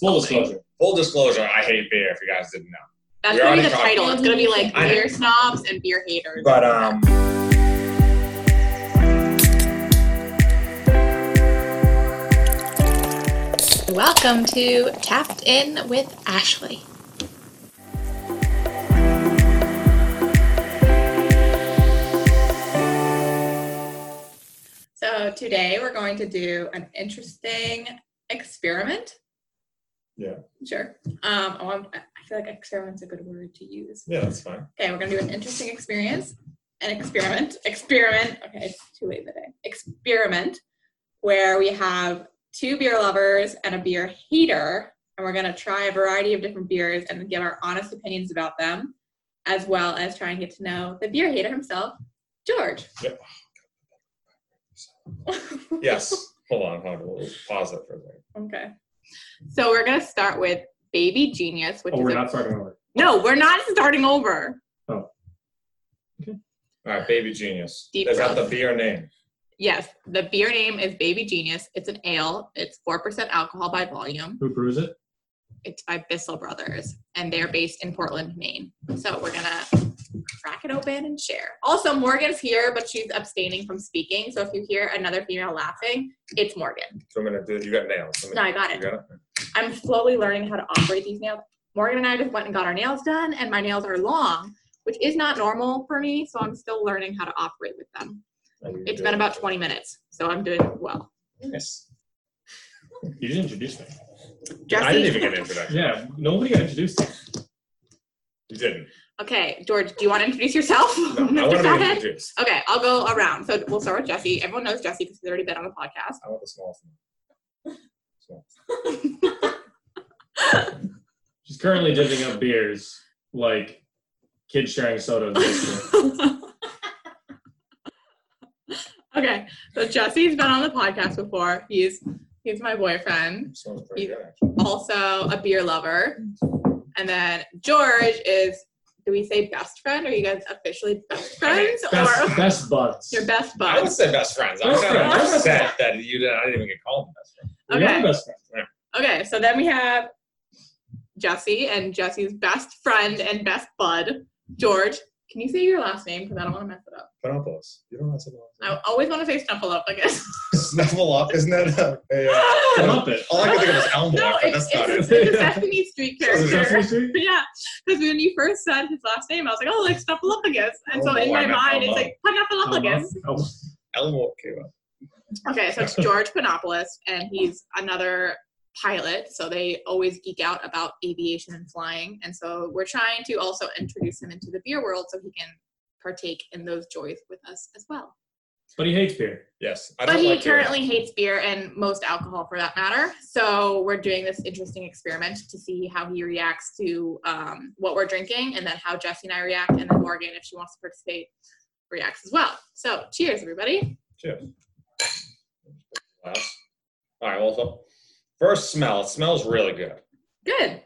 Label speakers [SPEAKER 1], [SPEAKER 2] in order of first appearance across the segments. [SPEAKER 1] Full
[SPEAKER 2] something.
[SPEAKER 1] disclosure.
[SPEAKER 2] Full disclosure, I hate beer. If you guys didn't know,
[SPEAKER 3] That's
[SPEAKER 2] We
[SPEAKER 3] gonna be
[SPEAKER 2] already
[SPEAKER 3] the
[SPEAKER 2] talked-
[SPEAKER 3] title. It's gonna be like
[SPEAKER 2] I know.
[SPEAKER 3] beer snobs and beer haters.
[SPEAKER 2] but um,
[SPEAKER 4] Welcome to Tapped In with Ashley.
[SPEAKER 3] So today we're going to do an interesting experiment.
[SPEAKER 2] Yeah.
[SPEAKER 3] Sure. Um, I want- I feel like experiment's a good word to use.
[SPEAKER 2] yeah, that's fine.
[SPEAKER 3] Okay, we're gonna do an interesting experience, an experiment, experiment. Okay, it's too late in the day. Experiment, where we have two beer lovers and a beer hater, and we're gonna try a variety of different beers and give our honest opinions about them, as well as try and get to know the beer hater himself, George.
[SPEAKER 2] Yes, hold on, hold on. We'll pause it for a second.
[SPEAKER 3] Okay. So we're gonna start with Baby Genius, which
[SPEAKER 1] Oh,
[SPEAKER 3] is
[SPEAKER 1] we're
[SPEAKER 3] a-
[SPEAKER 1] not starting over.
[SPEAKER 3] no, we're not starting over.
[SPEAKER 2] All right, Baby Genius.
[SPEAKER 3] Deep
[SPEAKER 2] Is that the
[SPEAKER 3] breath.
[SPEAKER 2] beer name?
[SPEAKER 3] Yes, the beer name is Baby Genius. It's an ale. It's four percent alcohol by volume.
[SPEAKER 1] Who brews it?
[SPEAKER 3] It's by Bissell Brothers, and they're based in Portland, Maine. So we're gonna crack it open and share. Also, Morgan's here, but she's abstaining from speaking. So if you hear another female laughing, it's Morgan.
[SPEAKER 2] So I'm gonna do. You got nails. I'm
[SPEAKER 3] No,
[SPEAKER 2] gonna-
[SPEAKER 3] I got
[SPEAKER 2] you
[SPEAKER 3] it.
[SPEAKER 2] got it.
[SPEAKER 3] I'm slowly learning how to operate these nails. Morgan and I just went and got our nails done, and my nails are long, which is not normal for me. So I'm still learning how to operate with them.
[SPEAKER 2] Oh, you
[SPEAKER 3] It's
[SPEAKER 2] do
[SPEAKER 3] been
[SPEAKER 2] it.
[SPEAKER 3] about 20 minutes, so I'm doing well.
[SPEAKER 2] Yes.
[SPEAKER 1] You didn't introduce me.
[SPEAKER 2] I didn't
[SPEAKER 3] Jesse,
[SPEAKER 2] even get an introduction.
[SPEAKER 1] Yeah, nobody got introduced.
[SPEAKER 2] You didn't.
[SPEAKER 3] okay, George, do you want to introduce yourself?
[SPEAKER 2] No, I want
[SPEAKER 3] Go
[SPEAKER 2] to be
[SPEAKER 3] ahead.
[SPEAKER 2] introduced.
[SPEAKER 3] Okay, I'll go around. So we'll start with Jesse. Everyone knows Jesse because he's already been on the podcast.
[SPEAKER 2] I want the smallest one. Small.
[SPEAKER 1] She's currently divvying up beers like kids sharing sodas. basically.
[SPEAKER 3] okay, so Jesse's been on the podcast before. He's he's my boyfriend.
[SPEAKER 2] Smells pretty
[SPEAKER 3] You-
[SPEAKER 2] good actually.
[SPEAKER 3] also a beer lover. And then George is, do we say best friend? Are you guys officially best friends? Or
[SPEAKER 1] best, best buds.
[SPEAKER 3] your best
[SPEAKER 2] I would
[SPEAKER 3] buds?
[SPEAKER 2] say best friends. I'm
[SPEAKER 1] Best
[SPEAKER 2] kind of
[SPEAKER 1] friends.
[SPEAKER 2] upset that you didn't. I didn't even get called best friend.
[SPEAKER 1] We are
[SPEAKER 3] Okay.
[SPEAKER 1] best friends.
[SPEAKER 3] Okay, so then we have Jesse and Jesse's best friend and best bud, George. Can you say your last name? Because I don't want to mess it up.
[SPEAKER 2] Snuffles. You don't have to know.
[SPEAKER 3] I always want to say snuffle up again.
[SPEAKER 2] Snuffle up, isn't that a, a, uh,
[SPEAKER 1] I
[SPEAKER 3] no,
[SPEAKER 1] love it.
[SPEAKER 2] all I can think of is Elmo, but
[SPEAKER 3] it's,
[SPEAKER 2] that's not
[SPEAKER 3] it's,
[SPEAKER 2] it.
[SPEAKER 3] it's a Sesame Street
[SPEAKER 2] Sesame
[SPEAKER 3] character.
[SPEAKER 1] Sesame Street?
[SPEAKER 3] yeah, because when you first said his last name, I was like, oh, like Snuffleupagus. And so
[SPEAKER 2] Oh,
[SPEAKER 3] in
[SPEAKER 2] I
[SPEAKER 3] my
[SPEAKER 2] meant
[SPEAKER 3] mind, it's
[SPEAKER 2] Elmo.
[SPEAKER 3] like Snuffleupagus.
[SPEAKER 1] Oh,
[SPEAKER 2] Elmo came up.
[SPEAKER 3] Okay, so it's George Panopoulos, and he's another pilot, so they always geek out about aviation and flying. And so we're trying to also introduce him into the beer world so he can partake in those joys with us as well.
[SPEAKER 1] But he hates beer.
[SPEAKER 2] Yes, I
[SPEAKER 3] But
[SPEAKER 2] don't
[SPEAKER 3] he
[SPEAKER 2] like beer.
[SPEAKER 3] currently hates beer and most alcohol for that matter. So we're doing this interesting experiment to see how he reacts to um, what we're drinking and then how Jesse and I react, and then Morgan, if she wants to participate, reacts as well. So cheers, everybody.
[SPEAKER 2] Cheers. Glass. All right. Well, so first smell. It smells really good.
[SPEAKER 3] Good.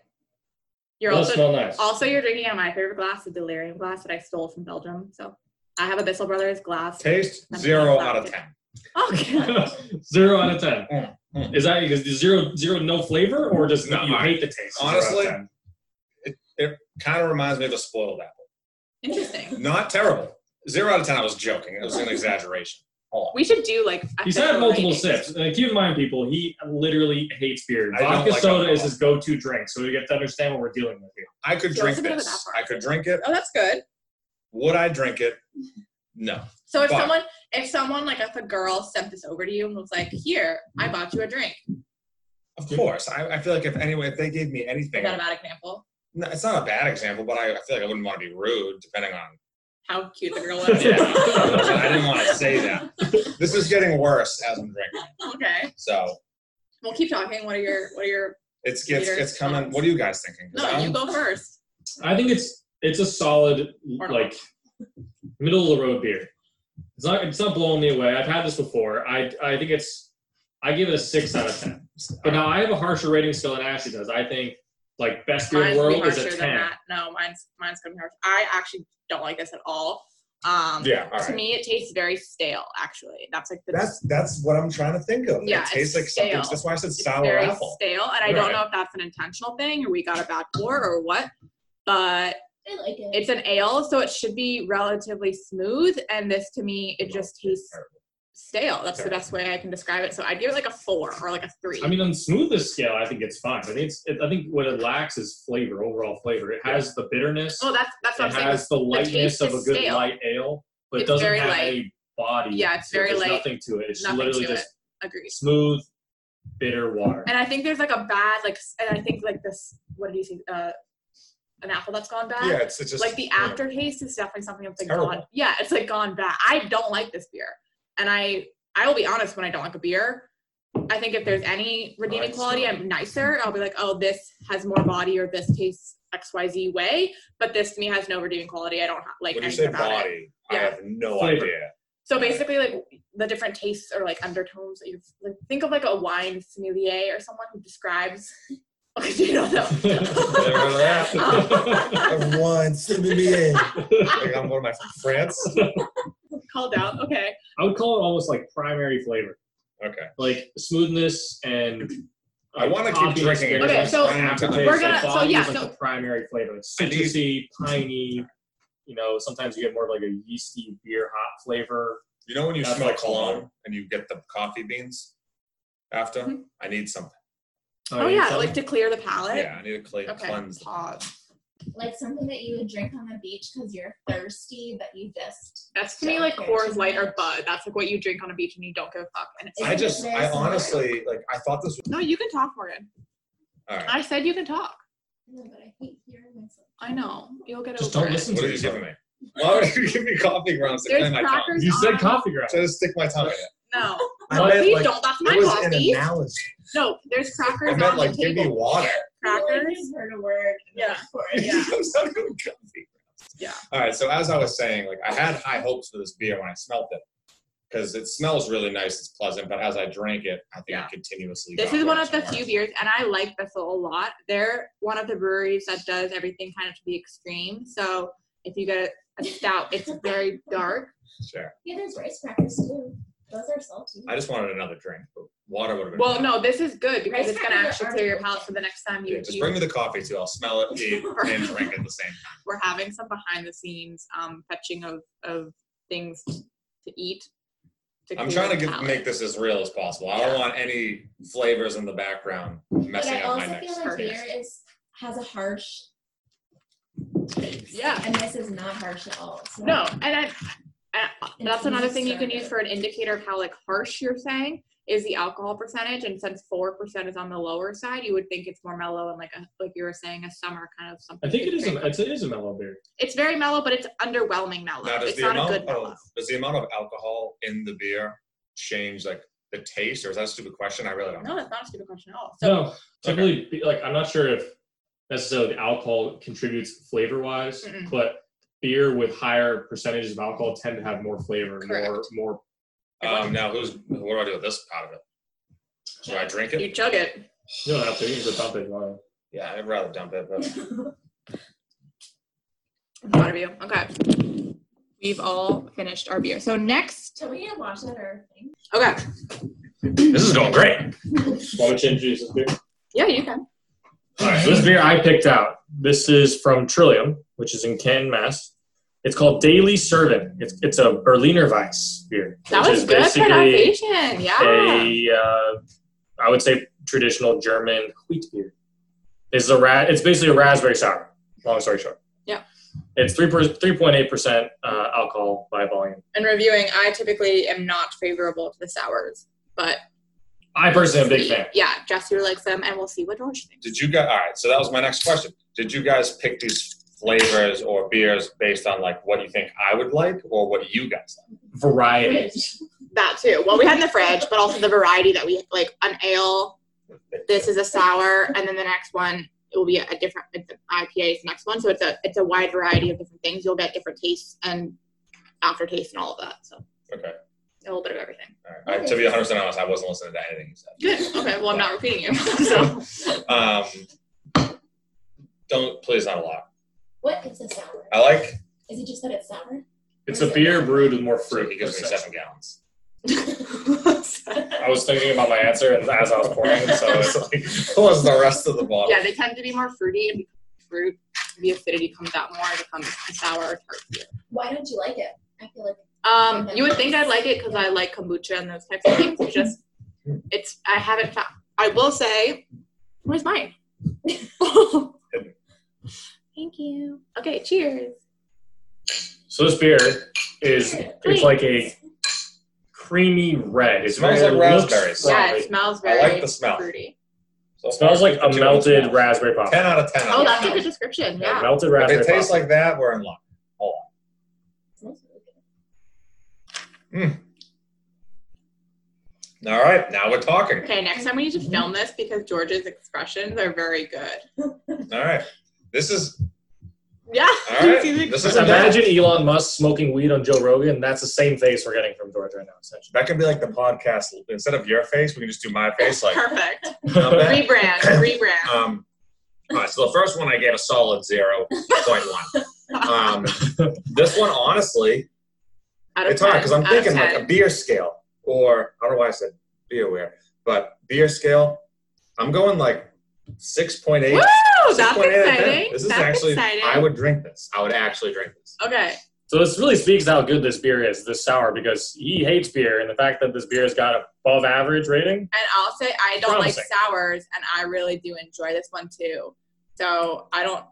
[SPEAKER 3] You're
[SPEAKER 1] Does
[SPEAKER 3] also
[SPEAKER 1] smell nice.
[SPEAKER 3] Also, you're drinking out of my favorite glass, the Delirium glass that I stole from Belgium. So I have a Bissell Brothers glass. Oh,
[SPEAKER 2] Taste zero out of ten.
[SPEAKER 3] Okay.
[SPEAKER 1] zero out of ten.
[SPEAKER 2] Mm, mm.
[SPEAKER 1] Is that is zero zero no flavor or just
[SPEAKER 2] No,
[SPEAKER 1] you
[SPEAKER 2] I-
[SPEAKER 1] hate the taste? Zero out of
[SPEAKER 2] honestly,
[SPEAKER 1] 10.
[SPEAKER 2] Kind of reminds me of a spoiled apple.
[SPEAKER 3] Interesting.
[SPEAKER 2] Not terrible. Zero out of ten. I was joking. It was an exaggeration. Hold on.
[SPEAKER 3] We should do like.
[SPEAKER 1] He's
[SPEAKER 3] official
[SPEAKER 1] had multiple
[SPEAKER 3] ratings.
[SPEAKER 1] sips. And keep in mind, people, he literally hates beer.
[SPEAKER 2] I don't
[SPEAKER 1] Vodka
[SPEAKER 2] like
[SPEAKER 1] soda is
[SPEAKER 2] alcohol.
[SPEAKER 1] his go-to drink, so you have to understand what we're dealing with here.
[SPEAKER 2] I could
[SPEAKER 3] Yeah,
[SPEAKER 2] drink
[SPEAKER 3] it's a bit of an
[SPEAKER 2] this.
[SPEAKER 3] apple.
[SPEAKER 2] I could drink it.
[SPEAKER 3] Oh, that's good.
[SPEAKER 2] Would I drink it? No.
[SPEAKER 3] So if
[SPEAKER 2] But-
[SPEAKER 3] someone, if someone like if a girl sent this over to you and was like, "Here, I
[SPEAKER 2] Mm-hmm.
[SPEAKER 3] bought you a drink,"
[SPEAKER 2] Of course. I, I feel like if anyway, if they gave me
[SPEAKER 3] is
[SPEAKER 2] anything,
[SPEAKER 3] that a bad example?
[SPEAKER 2] no, it's not a bad example, but I, I feel like I wouldn't want to be rude, depending on
[SPEAKER 3] How cute the girl was.
[SPEAKER 2] Yeah, I didn't want to say that. This is getting worse as I'm drinking,
[SPEAKER 3] okay.
[SPEAKER 2] so
[SPEAKER 3] We'll keep talking. What are your What are your?
[SPEAKER 2] it's it's,
[SPEAKER 3] Peter,
[SPEAKER 2] it's coming. What are you guys thinking? 'Cause
[SPEAKER 3] No,
[SPEAKER 2] I'm-
[SPEAKER 3] you go first.
[SPEAKER 1] I think it's it's a solid
[SPEAKER 3] Or not.
[SPEAKER 1] like middle of the road beer. It's not it's not blowing me away. I've had this before. I I think it's I give it a six out of ten. But now I have a harsher rating still than Ashley does. I think like best beer in
[SPEAKER 3] Mine's
[SPEAKER 1] the
[SPEAKER 3] gonna be
[SPEAKER 1] world is
[SPEAKER 3] harsher
[SPEAKER 1] a
[SPEAKER 3] than
[SPEAKER 1] ten.
[SPEAKER 3] that. No, mine's mine's gonna be harsh. I actually don't like this at all. Um,
[SPEAKER 2] Yeah, all
[SPEAKER 3] To
[SPEAKER 2] right.
[SPEAKER 3] me, it tastes very stale. Actually, that's like the
[SPEAKER 2] That's that's what I'm trying to think of.
[SPEAKER 3] Yeah,
[SPEAKER 2] it tastes
[SPEAKER 3] it's
[SPEAKER 2] like something.
[SPEAKER 3] stale.
[SPEAKER 2] That's why I said
[SPEAKER 3] it's
[SPEAKER 2] sour
[SPEAKER 3] very
[SPEAKER 2] apple.
[SPEAKER 3] stale, and I don't
[SPEAKER 1] Right.
[SPEAKER 3] know if that's an intentional thing or we got a bad pour or what. But
[SPEAKER 5] I like it.
[SPEAKER 3] it's an ale, so it should be relatively smooth. And this, to me, it just tastes stale. That's the best way I can describe it. So I'd give it like a four or like a three.
[SPEAKER 1] I mean, on the smoothness scale, I think it's fine. I think it's. It, I think what it lacks is flavor, overall flavor. It has the bitterness.
[SPEAKER 3] oh, that's that's what
[SPEAKER 1] it
[SPEAKER 3] I'm saying.
[SPEAKER 1] has the lightness
[SPEAKER 3] taste
[SPEAKER 1] of a
[SPEAKER 3] is
[SPEAKER 1] good
[SPEAKER 3] stale.
[SPEAKER 1] light ale, but it
[SPEAKER 3] It's
[SPEAKER 1] doesn't
[SPEAKER 3] very
[SPEAKER 1] have
[SPEAKER 3] light.
[SPEAKER 1] a body.
[SPEAKER 3] Yeah, it's
[SPEAKER 1] to it.
[SPEAKER 3] very
[SPEAKER 1] There's
[SPEAKER 3] light.
[SPEAKER 1] Nothing to it. It's
[SPEAKER 3] Nothing
[SPEAKER 1] literally
[SPEAKER 3] to
[SPEAKER 1] just
[SPEAKER 3] Agreed.
[SPEAKER 1] smooth, bitter water.
[SPEAKER 3] And I think there's like a bad like, s- and I think like this. What did you think? Uh, an apple that's gone bad.
[SPEAKER 2] Yeah, it's, it's just
[SPEAKER 3] like the
[SPEAKER 2] yeah.
[SPEAKER 3] aftertaste is definitely something that's like
[SPEAKER 2] Terrible.
[SPEAKER 3] gone. Yeah, it's like gone bad. I don't like this beer, and I I will be honest when I don't like a beer. I think if there's any redeeming
[SPEAKER 2] Nice.
[SPEAKER 3] quality, I'm nicer. I'll be like, oh, this has more body, or this tastes X Y Z way. But this to me has no redeeming quality. I don't ha- like
[SPEAKER 2] When you
[SPEAKER 3] anything
[SPEAKER 2] say
[SPEAKER 3] about it.
[SPEAKER 2] body, I
[SPEAKER 3] Yeah.
[SPEAKER 2] have no
[SPEAKER 1] Flavor.
[SPEAKER 2] idea.
[SPEAKER 3] So basically, like the different tastes or like undertones that you like, think of like a wine sommelier or someone who describes. Okay, you don't Um, know.
[SPEAKER 2] Everyone, send me in. Like I'm what am I from France?
[SPEAKER 3] Called out. Okay.
[SPEAKER 1] I would call it almost like primary flavor,
[SPEAKER 2] Okay.
[SPEAKER 1] like smoothness and.
[SPEAKER 2] I wanna keep
[SPEAKER 1] coffee
[SPEAKER 2] drinking it.
[SPEAKER 1] experience,
[SPEAKER 3] Okay, so
[SPEAKER 1] and aftertaste.
[SPEAKER 3] we're gonna-
[SPEAKER 1] Like,
[SPEAKER 3] so
[SPEAKER 1] body
[SPEAKER 3] yeah,
[SPEAKER 1] is like
[SPEAKER 3] so-
[SPEAKER 1] the primary flavor. It's
[SPEAKER 2] I need-
[SPEAKER 1] citrusy, piney. You know, sometimes you get more of like a yeasty beer hot flavor.
[SPEAKER 2] You know when you
[SPEAKER 1] That's
[SPEAKER 2] smell
[SPEAKER 1] like cologne.
[SPEAKER 2] cologne and you get the coffee beans after?
[SPEAKER 3] Mhm.
[SPEAKER 2] I need something.
[SPEAKER 3] Oh,
[SPEAKER 1] you need
[SPEAKER 3] yeah,
[SPEAKER 1] something?
[SPEAKER 3] like to clear the palate.
[SPEAKER 2] Yeah, I need a clean
[SPEAKER 3] Okay.
[SPEAKER 2] cleanse.
[SPEAKER 3] Pause.
[SPEAKER 5] like something that you would drink on the beach because you're thirsty, but you just.
[SPEAKER 3] That's to me like Coors Light or Bud. That's like what you drink on a beach and you don't give a fuck. And it's
[SPEAKER 2] I just I honestly like I thought this was
[SPEAKER 3] no, you can talk, Morgan.
[SPEAKER 2] all right.
[SPEAKER 3] I said you can talk.
[SPEAKER 5] No, but I hate hearing myself.
[SPEAKER 3] I know. You'll get
[SPEAKER 1] Just
[SPEAKER 3] over
[SPEAKER 1] don't
[SPEAKER 3] it.
[SPEAKER 1] listen
[SPEAKER 2] What
[SPEAKER 1] to
[SPEAKER 2] are you
[SPEAKER 1] yourself.
[SPEAKER 2] giving me? Why would you give me coffee grounds to
[SPEAKER 3] There's
[SPEAKER 2] clean my tongue?
[SPEAKER 3] crackers.
[SPEAKER 1] You
[SPEAKER 3] on-
[SPEAKER 1] said coffee grounds.
[SPEAKER 2] Try to stick my tongue in it.
[SPEAKER 3] No.
[SPEAKER 1] I
[SPEAKER 3] No,
[SPEAKER 2] meant,
[SPEAKER 3] please
[SPEAKER 2] like,
[SPEAKER 3] don't. That's
[SPEAKER 2] It
[SPEAKER 3] my
[SPEAKER 2] was an
[SPEAKER 3] coffee.
[SPEAKER 2] analogy.
[SPEAKER 3] No, there's
[SPEAKER 2] I
[SPEAKER 3] crackers
[SPEAKER 2] meant
[SPEAKER 3] on
[SPEAKER 2] like
[SPEAKER 3] the
[SPEAKER 2] give me
[SPEAKER 3] table.
[SPEAKER 2] water.
[SPEAKER 5] I feel like
[SPEAKER 3] Crackers.
[SPEAKER 5] you've heard a word.
[SPEAKER 3] Yeah.
[SPEAKER 5] before.
[SPEAKER 3] Yeah.
[SPEAKER 2] I'm not doing coffee.
[SPEAKER 3] Yeah.
[SPEAKER 2] All right. So as I was saying, like I had high hopes for this beer when I smelled it because it smells really nice. It's pleasant, but as I drank it, I think
[SPEAKER 3] Yeah.
[SPEAKER 2] it continuously.
[SPEAKER 3] This
[SPEAKER 2] got
[SPEAKER 3] is one
[SPEAKER 2] worse
[SPEAKER 3] of the
[SPEAKER 2] and
[SPEAKER 3] few
[SPEAKER 2] worse.
[SPEAKER 3] beers, and I like Bethel a lot. They're one of the breweries that does everything kind of to the extreme. So if you get a stout, it's very dark.
[SPEAKER 2] Sure.
[SPEAKER 5] Yeah, there's rice crackers too. Those are salty.
[SPEAKER 2] I just wanted another drink, but water would have been.
[SPEAKER 3] Well,
[SPEAKER 2] fine.
[SPEAKER 3] no, this is good because
[SPEAKER 5] Rice
[SPEAKER 3] it's gonna
[SPEAKER 5] crackers
[SPEAKER 3] actually
[SPEAKER 5] are
[SPEAKER 3] clear your
[SPEAKER 5] good.
[SPEAKER 3] palate for the next time you.
[SPEAKER 2] Yeah, just
[SPEAKER 3] you-
[SPEAKER 2] bring me the coffee too. I'll smell it, eat, and drink at the same time.
[SPEAKER 3] We're having some behind the scenes um, fetching of of things to eat.
[SPEAKER 2] I'm
[SPEAKER 3] clear
[SPEAKER 2] trying to
[SPEAKER 3] the
[SPEAKER 2] get,
[SPEAKER 3] palate.
[SPEAKER 2] make this as real as possible. I
[SPEAKER 3] Yeah.
[SPEAKER 2] don't want any flavors in the background
[SPEAKER 5] but
[SPEAKER 2] messing
[SPEAKER 5] I
[SPEAKER 2] up my
[SPEAKER 5] also feel
[SPEAKER 2] next.
[SPEAKER 5] like
[SPEAKER 3] perfect.
[SPEAKER 5] beer is has a harsh. taste.
[SPEAKER 3] Yeah.
[SPEAKER 5] And this is not harsh at all. So
[SPEAKER 3] No, and I, I- that's
[SPEAKER 5] It's
[SPEAKER 3] another
[SPEAKER 5] easy
[SPEAKER 3] thing you can
[SPEAKER 5] starter.
[SPEAKER 3] use for an indicator of how like harsh you're saying is the alcohol percentage, and since four percent is on the lower side, you would think it's more mellow and like a like you were saying a summer kind of something.
[SPEAKER 1] I think
[SPEAKER 3] to
[SPEAKER 1] it is.
[SPEAKER 3] drink.
[SPEAKER 1] A, it's, it is a mellow beer.
[SPEAKER 3] It's very mellow, but it's underwhelming mellow.
[SPEAKER 2] Now, does
[SPEAKER 3] It's
[SPEAKER 2] the
[SPEAKER 3] not a
[SPEAKER 2] amount
[SPEAKER 3] good mellow.
[SPEAKER 2] of does the amount of alcohol in the beer change like the taste, or is that a stupid question? I really don't know.
[SPEAKER 3] No, that's not a stupid question at all. So
[SPEAKER 1] No, typically, be- like I'm not sure if necessarily the alcohol contributes flavor wise,
[SPEAKER 3] Mm-mm.
[SPEAKER 1] but beer with higher percentages of alcohol tend to have more flavor, more
[SPEAKER 3] Correct.
[SPEAKER 1] more.
[SPEAKER 2] Um, now, who's what do I do with this out of it? Should I drink
[SPEAKER 3] you
[SPEAKER 2] it?
[SPEAKER 3] chug it.
[SPEAKER 1] You don't have to. You can just dump it. if you want.
[SPEAKER 2] Yeah, I'd rather dump it. But
[SPEAKER 3] I'm proud of you. Okay. We've all finished our beer. So next,
[SPEAKER 5] Should we wash out our thing?
[SPEAKER 3] okay.
[SPEAKER 2] this is going great.
[SPEAKER 1] Want me to introduce this beer?
[SPEAKER 3] Yeah, you can.
[SPEAKER 1] All right, so this beer I picked out. This is from Trillium, which is in Canton, Mass. It's called Daily Servant. It's it's a Berliner Weiss beer.
[SPEAKER 3] That
[SPEAKER 1] which
[SPEAKER 3] was
[SPEAKER 1] is
[SPEAKER 3] good
[SPEAKER 1] basically
[SPEAKER 3] pronunciation. Yeah.
[SPEAKER 1] a uh, I would say traditional German wheat beer. It's a ra- it's basically a raspberry sour. Long story short.
[SPEAKER 3] Yeah.
[SPEAKER 1] It's three three point eight percent uh, alcohol by volume.
[SPEAKER 3] And reviewing, I typically am not favorable to the sours, but
[SPEAKER 1] I personally am a big
[SPEAKER 3] we-
[SPEAKER 1] fan.
[SPEAKER 3] Yeah, Jess really likes them, and we'll see what George thinks.
[SPEAKER 2] Did you guys? All right. So that was my next question. Did you guys pick these flavors or beers based on like what you think I would like or what you guys like?
[SPEAKER 1] Variety.
[SPEAKER 3] That too. Well, we had in the fridge, but also the variety that we like an ale. This is a sour, and then the next one it will be a different. It's an IPA is the next one, so it's a it's a wide variety of different things. You'll get different tastes and aftertaste and all of that. So
[SPEAKER 2] Okay.
[SPEAKER 3] a little bit of everything.
[SPEAKER 2] All right. I- to be 100 percent honest, I wasn't listening to anything you said.
[SPEAKER 3] Good. Okay. Well, I'm not repeating you. so
[SPEAKER 2] Um, don't please not a lot.
[SPEAKER 5] What is a sour?
[SPEAKER 2] I like
[SPEAKER 5] Is it just that it's sour?
[SPEAKER 1] It's a beer brewed with more
[SPEAKER 2] So
[SPEAKER 1] fruit.
[SPEAKER 2] he gives me seven gallons.
[SPEAKER 1] I was thinking about my answer as I was pouring, so it's like
[SPEAKER 2] What was the rest of the bottle?
[SPEAKER 3] Yeah, they tend to be more fruity and because of fruit. The acidity comes out more. It becomes a sour or tart beer.
[SPEAKER 5] Why don't you like it? I feel like
[SPEAKER 3] Um, you would think I'd like it because I like kombucha and those types of things. It's just, it's I haven't found. I will say, where's mine?
[SPEAKER 6] Thank you.
[SPEAKER 3] okay, cheers.
[SPEAKER 1] So this beer is it's like a creamy red. It's
[SPEAKER 2] Smells
[SPEAKER 1] very-
[SPEAKER 2] like
[SPEAKER 1] it looks
[SPEAKER 2] raspberries.
[SPEAKER 3] Yeah,
[SPEAKER 1] lovely.
[SPEAKER 3] it smells
[SPEAKER 2] I
[SPEAKER 3] very
[SPEAKER 2] like the smell.
[SPEAKER 3] fruity.
[SPEAKER 2] So
[SPEAKER 1] It smells like a
[SPEAKER 2] far,
[SPEAKER 1] melted raspberry pop.
[SPEAKER 2] Ten out of ten.
[SPEAKER 3] Oh,
[SPEAKER 2] out of
[SPEAKER 3] that's a
[SPEAKER 2] ten.
[SPEAKER 3] good description.
[SPEAKER 1] Yeah,
[SPEAKER 3] Yeah.
[SPEAKER 1] melted
[SPEAKER 2] If
[SPEAKER 1] raspberry
[SPEAKER 2] it tastes
[SPEAKER 1] pop.
[SPEAKER 2] like that, we're in luck. Hold on.
[SPEAKER 5] it's nice.
[SPEAKER 2] All right, now we're talking.
[SPEAKER 3] Okay, next time we need to film this because George's expressions are very good.
[SPEAKER 2] All right, this is
[SPEAKER 3] Yeah.
[SPEAKER 2] all
[SPEAKER 3] you
[SPEAKER 2] right.
[SPEAKER 3] see the
[SPEAKER 2] This is
[SPEAKER 3] expression?
[SPEAKER 1] Imagine Elon Musk smoking weed on Joe Rogan. That's the same face we're getting from George right now, essentially.
[SPEAKER 2] that can be like the podcast. Instead of your face, we can just do my face. Like,
[SPEAKER 3] Perfect.
[SPEAKER 2] not bad.
[SPEAKER 3] Rebrand. Rebrand.
[SPEAKER 2] um, all right. So the first one I gave a solid zero point one. Um, this one, honestly,
[SPEAKER 3] Out of
[SPEAKER 2] it's hard because I'm
[SPEAKER 3] 10, out of
[SPEAKER 2] thinking like
[SPEAKER 3] 10.
[SPEAKER 2] a beer scale, or I don't know why I said beer aware, but beer scale. I'm going like six point eight.
[SPEAKER 3] Woo! That's
[SPEAKER 2] 6.8 out of 10.
[SPEAKER 3] exciting.
[SPEAKER 2] This is
[SPEAKER 3] That's
[SPEAKER 2] actually.
[SPEAKER 3] exciting.
[SPEAKER 2] I would drink this. I would actually drink this.
[SPEAKER 3] Okay.
[SPEAKER 1] So this really speaks how good this beer is, this sour, because he hates beer, and the fact that this beer has got above average rating.
[SPEAKER 3] And I'll say I don't
[SPEAKER 1] Promising.
[SPEAKER 3] like sours, and I really do enjoy this one too. So I don't.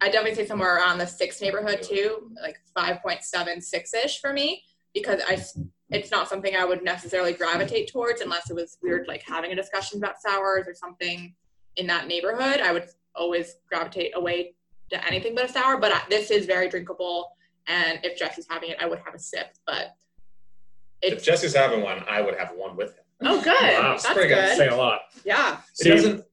[SPEAKER 3] I definitely say somewhere around the six neighborhood too, like five point seven six ish for me, because I s- it's not something I would necessarily gravitate towards unless it was weird, like having a discussion about sours or something in that neighborhood. I would always gravitate away to anything but a sour. But I, this is very drinkable, and if Jess is having it, I would have a sip. But
[SPEAKER 2] If
[SPEAKER 3] it's
[SPEAKER 2] Jesse's having one, I would have one with him.
[SPEAKER 3] oh good,
[SPEAKER 1] Wow,
[SPEAKER 3] that's
[SPEAKER 2] pretty good.
[SPEAKER 3] good.
[SPEAKER 1] Saying a lot.
[SPEAKER 3] Yeah.
[SPEAKER 1] See,
[SPEAKER 2] it doesn't.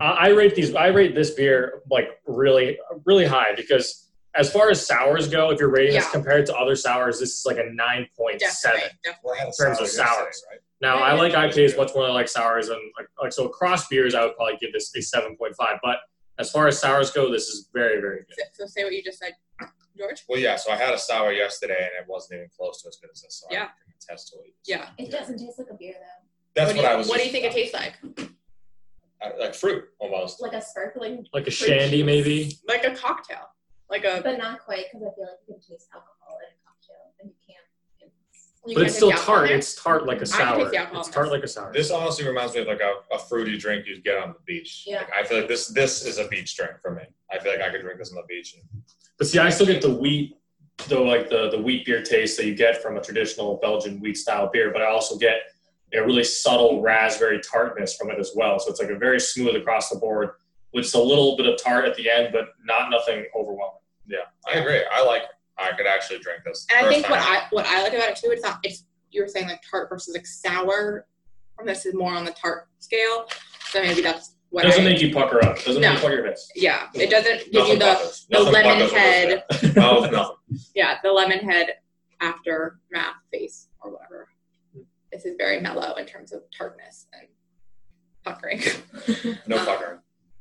[SPEAKER 1] I, I rate these. I rate this beer like really, really high because as far as sours go, if you're rating this
[SPEAKER 3] Yeah.
[SPEAKER 1] compared to other sours, this is like a nine point seven.
[SPEAKER 3] Definitely, definitely.
[SPEAKER 2] Well, I had a
[SPEAKER 1] terms of
[SPEAKER 2] sour yesterday,
[SPEAKER 1] sours.
[SPEAKER 2] right?
[SPEAKER 1] Now
[SPEAKER 3] Yeah,
[SPEAKER 1] I
[SPEAKER 3] yeah.
[SPEAKER 1] like IPAs much more than I like sours, and like, like so across beers, I would probably give this a seven point five. But as far as sours go, this is very, very good.
[SPEAKER 3] So say what you just said, George.
[SPEAKER 2] Well, yeah. So I had a sour yesterday, and it wasn't even close to as good as this. So I
[SPEAKER 3] Yeah.
[SPEAKER 2] can attest to it.
[SPEAKER 3] Yeah.
[SPEAKER 5] It doesn't taste like a beer though.
[SPEAKER 2] That's
[SPEAKER 3] what
[SPEAKER 2] what,
[SPEAKER 3] do you,
[SPEAKER 2] I was.
[SPEAKER 3] What do you
[SPEAKER 2] just-
[SPEAKER 3] think it tastes like?
[SPEAKER 2] I- like fruit almost.
[SPEAKER 5] Like a sparkling,
[SPEAKER 1] Like a shandy, maybe.
[SPEAKER 3] Like a cocktail. Like a.
[SPEAKER 5] but not quite because I feel like you can taste alcohol in a cocktail and you can't. It's,
[SPEAKER 3] you
[SPEAKER 1] But
[SPEAKER 3] can
[SPEAKER 1] it's
[SPEAKER 3] take
[SPEAKER 1] still
[SPEAKER 3] the alcohol
[SPEAKER 1] tart.
[SPEAKER 3] there?
[SPEAKER 1] It's tart like a
[SPEAKER 3] I can
[SPEAKER 1] sour.
[SPEAKER 3] taste the alcohol
[SPEAKER 1] It's
[SPEAKER 3] in
[SPEAKER 1] tart
[SPEAKER 3] this.
[SPEAKER 1] like a sour.
[SPEAKER 2] This honestly reminds me of like a, a fruity drink you'd get on the beach.
[SPEAKER 5] Yeah.
[SPEAKER 2] Like, I feel like this this is a beach drink for me. I feel like I could drink this on the beach. And
[SPEAKER 1] But see, I still get the wheat, though, like the, the wheat beer taste that you get from a traditional Belgian wheat style beer. But I also get a really subtle raspberry tartness from it as well. So it's like a very smooth across the board with just a little bit of tart at the end, but not nothing overwhelming.
[SPEAKER 2] I agree. I like. It. I could actually drink this.
[SPEAKER 3] And I
[SPEAKER 2] First
[SPEAKER 3] think what
[SPEAKER 2] time.
[SPEAKER 3] I what I like about it too, it's not. It's you were saying like tart versus like sour. And This is more on the tart scale, so maybe that's what.
[SPEAKER 1] It doesn't
[SPEAKER 3] I,
[SPEAKER 1] make you pucker up. It doesn't
[SPEAKER 3] No.
[SPEAKER 1] make you pucker your fist.
[SPEAKER 3] yeah, it doesn't give
[SPEAKER 2] Nothing
[SPEAKER 3] you the
[SPEAKER 2] bothers-
[SPEAKER 3] the
[SPEAKER 2] nothing
[SPEAKER 3] lemon
[SPEAKER 2] bothers me.
[SPEAKER 3] head.
[SPEAKER 2] No, nothing.
[SPEAKER 3] yeah the lemon head after math face or whatever.
[SPEAKER 1] Hmm.
[SPEAKER 3] This is very mellow in terms of tartness and puckering.
[SPEAKER 2] No
[SPEAKER 3] Um,
[SPEAKER 2] fucker.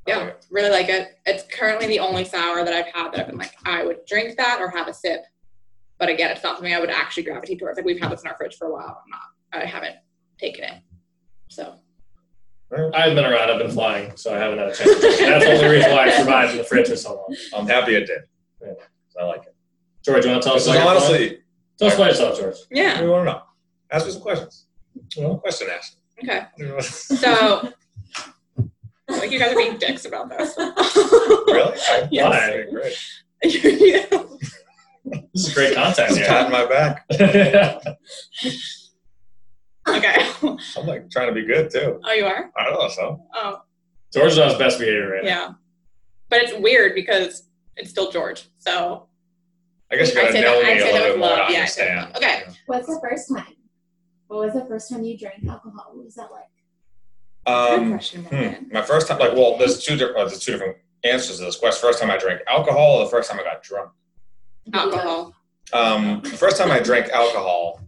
[SPEAKER 3] Yeah, really like it. It's currently the only sour that I've had that I've been like, I would drink that or have a sip. But again, it's not something I would actually gravitate towards. Like we've had this in our fridge for a while. I'm not. I haven't taken it. So
[SPEAKER 1] I haven't been around. I've been flying, so I haven't had a chance. That's the only reason why I survived in the fridge for so long.
[SPEAKER 2] I'm happy it did.
[SPEAKER 1] Yeah.
[SPEAKER 2] I like it.
[SPEAKER 1] George, you want to tell us?
[SPEAKER 2] This is
[SPEAKER 1] about yourself?
[SPEAKER 2] honestly.
[SPEAKER 1] tell us about yourself, George.
[SPEAKER 3] yeah.
[SPEAKER 2] We want to know. Ask me some questions. Question ask.
[SPEAKER 3] Okay.
[SPEAKER 2] really?
[SPEAKER 3] So like you guys are being dicks about this.
[SPEAKER 2] I,
[SPEAKER 3] Yes.
[SPEAKER 2] I agree.
[SPEAKER 1] This is great content
[SPEAKER 2] Just patting my back.
[SPEAKER 1] here.
[SPEAKER 3] okay.
[SPEAKER 2] I'm like trying to be good too.
[SPEAKER 3] Oh, you are.
[SPEAKER 2] I don't know. So
[SPEAKER 3] Oh,
[SPEAKER 1] George is on his best behavior right now.
[SPEAKER 3] yeah. But it's weird because it's still George. So
[SPEAKER 2] I guess you
[SPEAKER 3] I
[SPEAKER 2] gotta
[SPEAKER 3] say
[SPEAKER 2] know
[SPEAKER 3] that- I
[SPEAKER 2] me a
[SPEAKER 3] say
[SPEAKER 2] little
[SPEAKER 3] that
[SPEAKER 2] bit
[SPEAKER 3] with
[SPEAKER 2] more to
[SPEAKER 3] love. Yeah, I say
[SPEAKER 2] understand.
[SPEAKER 3] that with love.
[SPEAKER 5] what's the first time? What was the first time you drank alcohol? What was that like?
[SPEAKER 3] good
[SPEAKER 2] Um,
[SPEAKER 3] question, Morgan.
[SPEAKER 2] hmm, my first time, like, well, there's two different, there's two different answers to this question. First time I drank alcohol, or the first time I got drunk. hmm.
[SPEAKER 3] Alcohol.
[SPEAKER 2] Um, the first time I drank alcohol,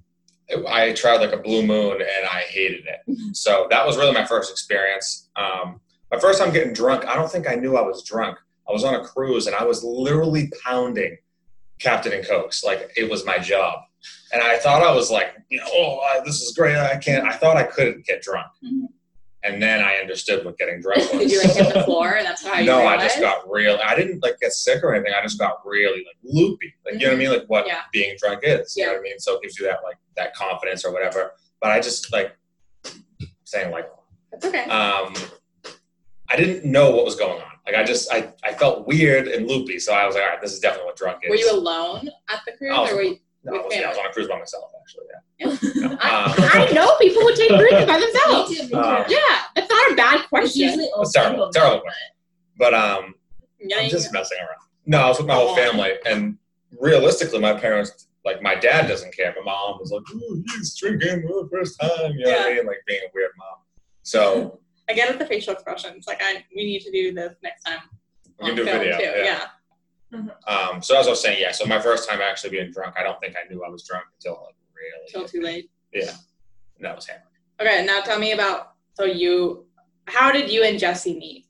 [SPEAKER 2] it- I tried like a Blue Moon, and I hated it. So that was really my first experience. Um, my first time getting drunk, I don't think I knew I was drunk. I was on a cruise, and I was literally pounding Captain and Cokes. Like it was my job. And I thought I was like, you know, oh, I, this is great. I can't. I thought I couldn't get drunk.
[SPEAKER 3] Mhm.
[SPEAKER 2] And then I understood what getting drunk was.
[SPEAKER 3] Did you like hit the floor and that's how you
[SPEAKER 2] no, I
[SPEAKER 3] realized?
[SPEAKER 2] just got real. I didn't like get sick or anything. I just got really like loopy. Like you know what I mean? Like what
[SPEAKER 3] Yeah.
[SPEAKER 2] being drunk is. You know
[SPEAKER 3] Yeah.
[SPEAKER 2] what I mean? So it gives you that like that confidence or whatever. But I just like saying like
[SPEAKER 3] That's okay.
[SPEAKER 2] um, I didn't know what was going on. Like I just I, I felt weird and loopy. So I was like, all right, this is definitely what drunk is.
[SPEAKER 7] Were you alone at the cruise,
[SPEAKER 2] I was-
[SPEAKER 7] or were you?
[SPEAKER 2] no, I, was, yeah, I was on a cruise by myself actually.
[SPEAKER 3] I,
[SPEAKER 2] Um,
[SPEAKER 3] I didn't know people would take drinking by themselves.
[SPEAKER 5] Me too.
[SPEAKER 2] Yeah. Um,
[SPEAKER 3] Yeah, that's not a bad
[SPEAKER 5] It's
[SPEAKER 3] question.
[SPEAKER 5] usually old
[SPEAKER 2] It's terrible,
[SPEAKER 5] people,
[SPEAKER 2] terrible. But um, I'm
[SPEAKER 3] Yang.
[SPEAKER 2] just messing around. No, I was with my whole family, and realistically, my parents, like my dad, doesn't care. My mom was like, "Ooh, he's drinking for the first time," you know what I mean? Like being a weird mom. So
[SPEAKER 3] I get it, the facial expressions. Like, I we need to do this next time.
[SPEAKER 2] we can
[SPEAKER 3] on
[SPEAKER 2] do a
[SPEAKER 3] film,
[SPEAKER 2] video.
[SPEAKER 3] too.
[SPEAKER 2] Yeah. Um, so as I was saying, yeah. So my first time actually being drunk, I don't think I knew I was drunk until like
[SPEAKER 3] till
[SPEAKER 2] really,
[SPEAKER 3] too late.
[SPEAKER 2] and that was hammered.
[SPEAKER 3] Okay, now tell me about so you. How did you and Jesse meet?